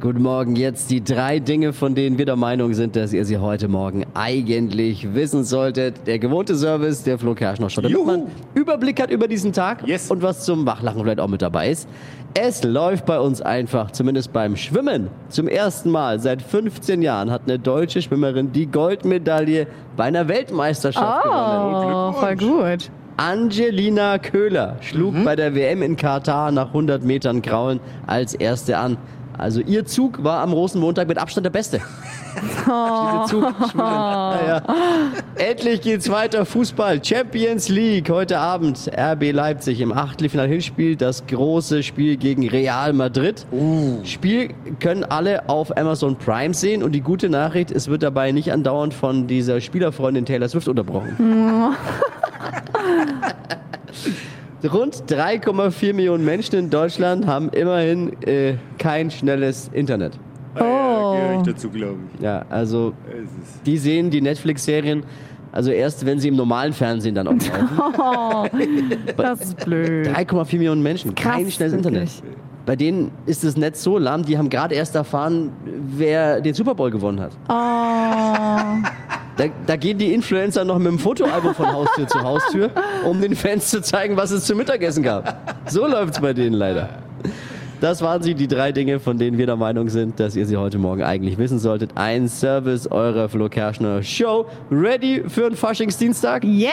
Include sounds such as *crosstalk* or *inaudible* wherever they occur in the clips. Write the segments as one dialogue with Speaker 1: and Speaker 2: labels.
Speaker 1: Guten Morgen, jetzt die drei Dinge, von denen wir der Meinung sind, dass ihr sie heute Morgen eigentlich wissen solltet. Der gewohnte Service, der Flo Kerschner schon, damit
Speaker 2: Juhu.
Speaker 1: man Überblick hat über diesen Tag
Speaker 2: Yes.
Speaker 1: und was zum Wachlachen vielleicht auch mit dabei ist. Es läuft bei uns einfach, zumindest beim Schwimmen. Zum ersten Mal seit 15 Jahren hat eine deutsche Schwimmerin die Goldmedaille bei einer
Speaker 2: Ah.
Speaker 1: Weltmeisterschaft gewonnen.
Speaker 3: Oh, voll gut.
Speaker 1: Angelina Köhler schlug bei der WM in Katar nach 100 Metern Kraulen als erste an. Also ihr Zug war am Rosenmontag mit Abstand der beste. Diese Zug
Speaker 3: *laughs*
Speaker 1: naja. Endlich geht's weiter. Fußball. Champions League. Heute Abend RB Leipzig im Achtelfinal-Hinspiel. Das große Spiel gegen Real Madrid. Spiel können alle auf Amazon Prime sehen. Und die gute Nachricht, es wird dabei nicht andauernd von dieser Spielerfreundin Taylor Swift unterbrochen. Rund 3,4 Millionen Menschen in Deutschland haben immerhin äh, kein schnelles Internet.
Speaker 2: Ja, gehöre
Speaker 3: Oh.
Speaker 2: ich dazu, glaube ich.
Speaker 1: Ja, also
Speaker 2: Es ist
Speaker 1: die sehen die Netflix-Serien also erst, wenn sie im normalen Fernsehen dann auch laufen.
Speaker 3: *laughs* Oh, das ist blöd.
Speaker 1: *laughs* 3,4 Millionen Menschen, kein
Speaker 3: Krass,
Speaker 1: schnelles Internet.
Speaker 3: wirklich.
Speaker 1: Bei denen ist das Netz so lahm, die haben gerade erst erfahren, wer den Super Bowl gewonnen hat.
Speaker 3: Oh,
Speaker 1: Da, da gehen die Influencer noch mit dem Fotoalbum von Haustür zu Haustür, um den Fans zu zeigen, was es zum Mittagessen gab. So läuft's bei denen leider. Das waren sie, die drei Dinge, von denen wir der Meinung sind, dass ihr sie heute Morgen eigentlich wissen solltet. Ein Service eurer Flo Kerschner Show. Ready für einen Faschingsdienstag?
Speaker 3: yes!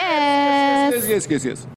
Speaker 2: yes, yes, yes, yes.